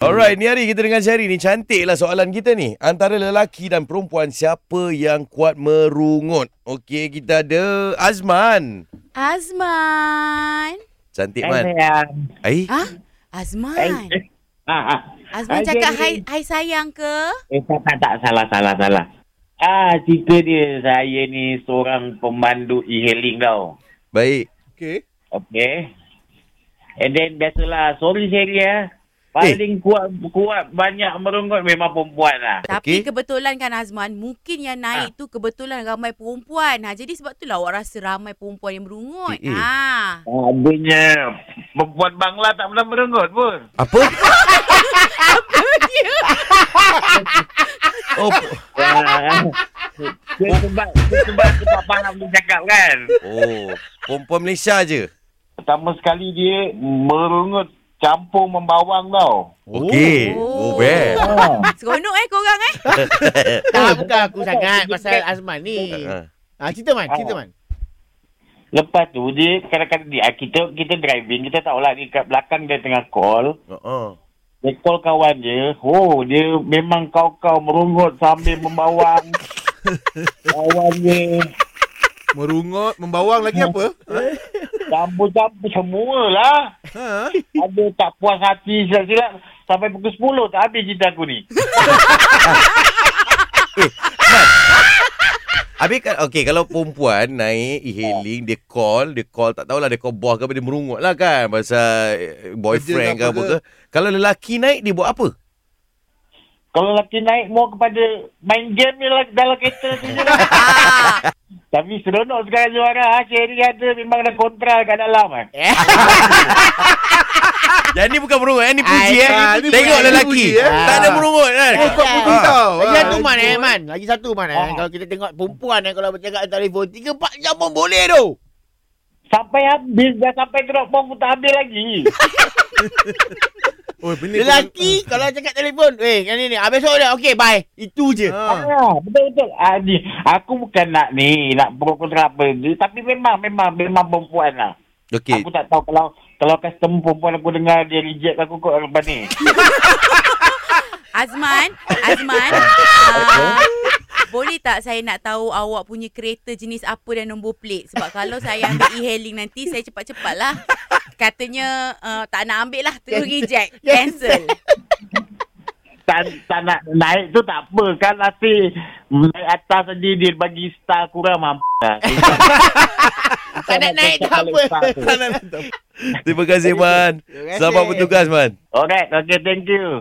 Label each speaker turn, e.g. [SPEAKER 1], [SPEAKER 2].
[SPEAKER 1] Alright, ni hari kita dengan Sherry ni cantik lah soalan kita ni. Antara lelaki dan perempuan siapa yang kuat merungut? Okey, kita ada Azman.
[SPEAKER 2] Azman.
[SPEAKER 1] Cantik
[SPEAKER 3] Hai
[SPEAKER 1] man. Eh,
[SPEAKER 3] sayang.
[SPEAKER 1] Ai,
[SPEAKER 2] Ha? Azman.
[SPEAKER 3] Ah, ah.
[SPEAKER 2] Azman
[SPEAKER 3] Hai,
[SPEAKER 2] cakap hai
[SPEAKER 3] Jerry.
[SPEAKER 2] hai sayang ke?
[SPEAKER 3] Eh, tak, tak, tak. Salah, salah, salah. Ah, cerita dia. Saya ni seorang pemandu e-hailing tau.
[SPEAKER 1] baik.
[SPEAKER 4] Okay.
[SPEAKER 3] Okay. And then, biasalah. Sorry, Sherry ya.
[SPEAKER 2] Eh.
[SPEAKER 3] Paling kuat kuat banyak merungut memang perempuan lah.
[SPEAKER 2] Tapi kebetulan kan Azman, mungkin yang naik tu kebetulan ramai perempuan. Ha, jadi sebab itulah awak rasa ramai perempuan yang merungut.
[SPEAKER 1] Eh, eh.
[SPEAKER 2] Ha.
[SPEAKER 3] Adanya perempuan bangla tak pernah merungut pun.
[SPEAKER 1] Apa? Oh, p-
[SPEAKER 3] Ah. sebab, sebab tu tak faham dia cakap kan.
[SPEAKER 1] oh, perempuan Malaysia je.
[SPEAKER 3] Pertama sekali dia merungut campur membawang tau.
[SPEAKER 1] Okey. Oh,
[SPEAKER 2] Oh.
[SPEAKER 1] best.
[SPEAKER 3] Ah.
[SPEAKER 2] Seronok eh korang eh?
[SPEAKER 4] Tak, bukan aku sangat pasal Azman ni.
[SPEAKER 1] Ha.
[SPEAKER 4] Ah, cerita man, cerita man.
[SPEAKER 3] Lepas tu dia kadang-kadang dia ah, kita kita driving kita tahulah ni kat belakang dia tengah call.
[SPEAKER 1] Oh.
[SPEAKER 3] Dia call kawan dia. Oh dia memang kau-kau merungut sambil membawang. kawan dia
[SPEAKER 4] Merungut, membawang lagi apa?
[SPEAKER 3] campur-campur semualah.
[SPEAKER 4] Ha?
[SPEAKER 3] Ada tak puas hati silap-silap. Sampai pukul 10 tak habis cerita aku ni.
[SPEAKER 1] Habis kan okey kalau perempuan naik e-hailing dia call, dia call tak tahulah dia call bos ke apa dia merungut lah kan pasal eh, boyfriend ke
[SPEAKER 4] Kerja
[SPEAKER 1] apa
[SPEAKER 4] ke
[SPEAKER 1] ke. Kalau lelaki naik dia buat apa?
[SPEAKER 3] Kalau lelaki naik mau kepada main game je lah dalam kereta tu je lah.
[SPEAKER 2] Ha.
[SPEAKER 3] Tapi seronok sekarang juara. Ha, Sherry ada memang ada kontra kat dalam. Eh.
[SPEAKER 1] Yang ni bukan merungut, yang ni puji
[SPEAKER 4] Ai,
[SPEAKER 1] eh.
[SPEAKER 4] ah, ni
[SPEAKER 1] Tengok
[SPEAKER 4] puji,
[SPEAKER 1] lelaki.
[SPEAKER 4] puji, eh.
[SPEAKER 1] Tak ada merungut kan.
[SPEAKER 4] Eh, kau putus tau.
[SPEAKER 5] Lagi
[SPEAKER 4] Ah,
[SPEAKER 5] satu man eh man Lagi satu man eh
[SPEAKER 3] Ah.
[SPEAKER 5] Kalau kita tengok perempuan eh Kalau bercakap dalam telefon 3-4 jam pun boleh tu
[SPEAKER 3] Sampai habis dah sampai drop bom pun tak habis lagi.
[SPEAKER 4] Oh, benda
[SPEAKER 5] Lelaki kalau cakap telefon Eh kan ni ni Habis soal dah Okay bye Itu je
[SPEAKER 4] Ha.
[SPEAKER 3] ah, betul betul. Ah, ni, aku bukan nak ni nak pro kontra apa ni, tapi memang memang memang perempuan lah.
[SPEAKER 1] Okey.
[SPEAKER 3] Aku tak tahu kalau kalau customer perempuan aku dengar dia reject aku kot lepas ni.
[SPEAKER 2] Azman, Azman. Ah, boleh tak saya nak tahu awak punya kereta jenis apa dan nombor plate? Sebab kalau saya ambil e-hailing nanti, saya cepat-cepat lah. Katanya uh, tak nak ambil lah, terus reject. Cancel.
[SPEAKER 3] tak, tak nak naik tu tak apa kan nanti naik atas saja dia bagi star kurang mampu lah.
[SPEAKER 5] Tak nak naik tak apa
[SPEAKER 1] Terima kasih man.
[SPEAKER 5] Terima kasih.
[SPEAKER 1] Selamat bertugas man.
[SPEAKER 3] Alright, okay, thank you.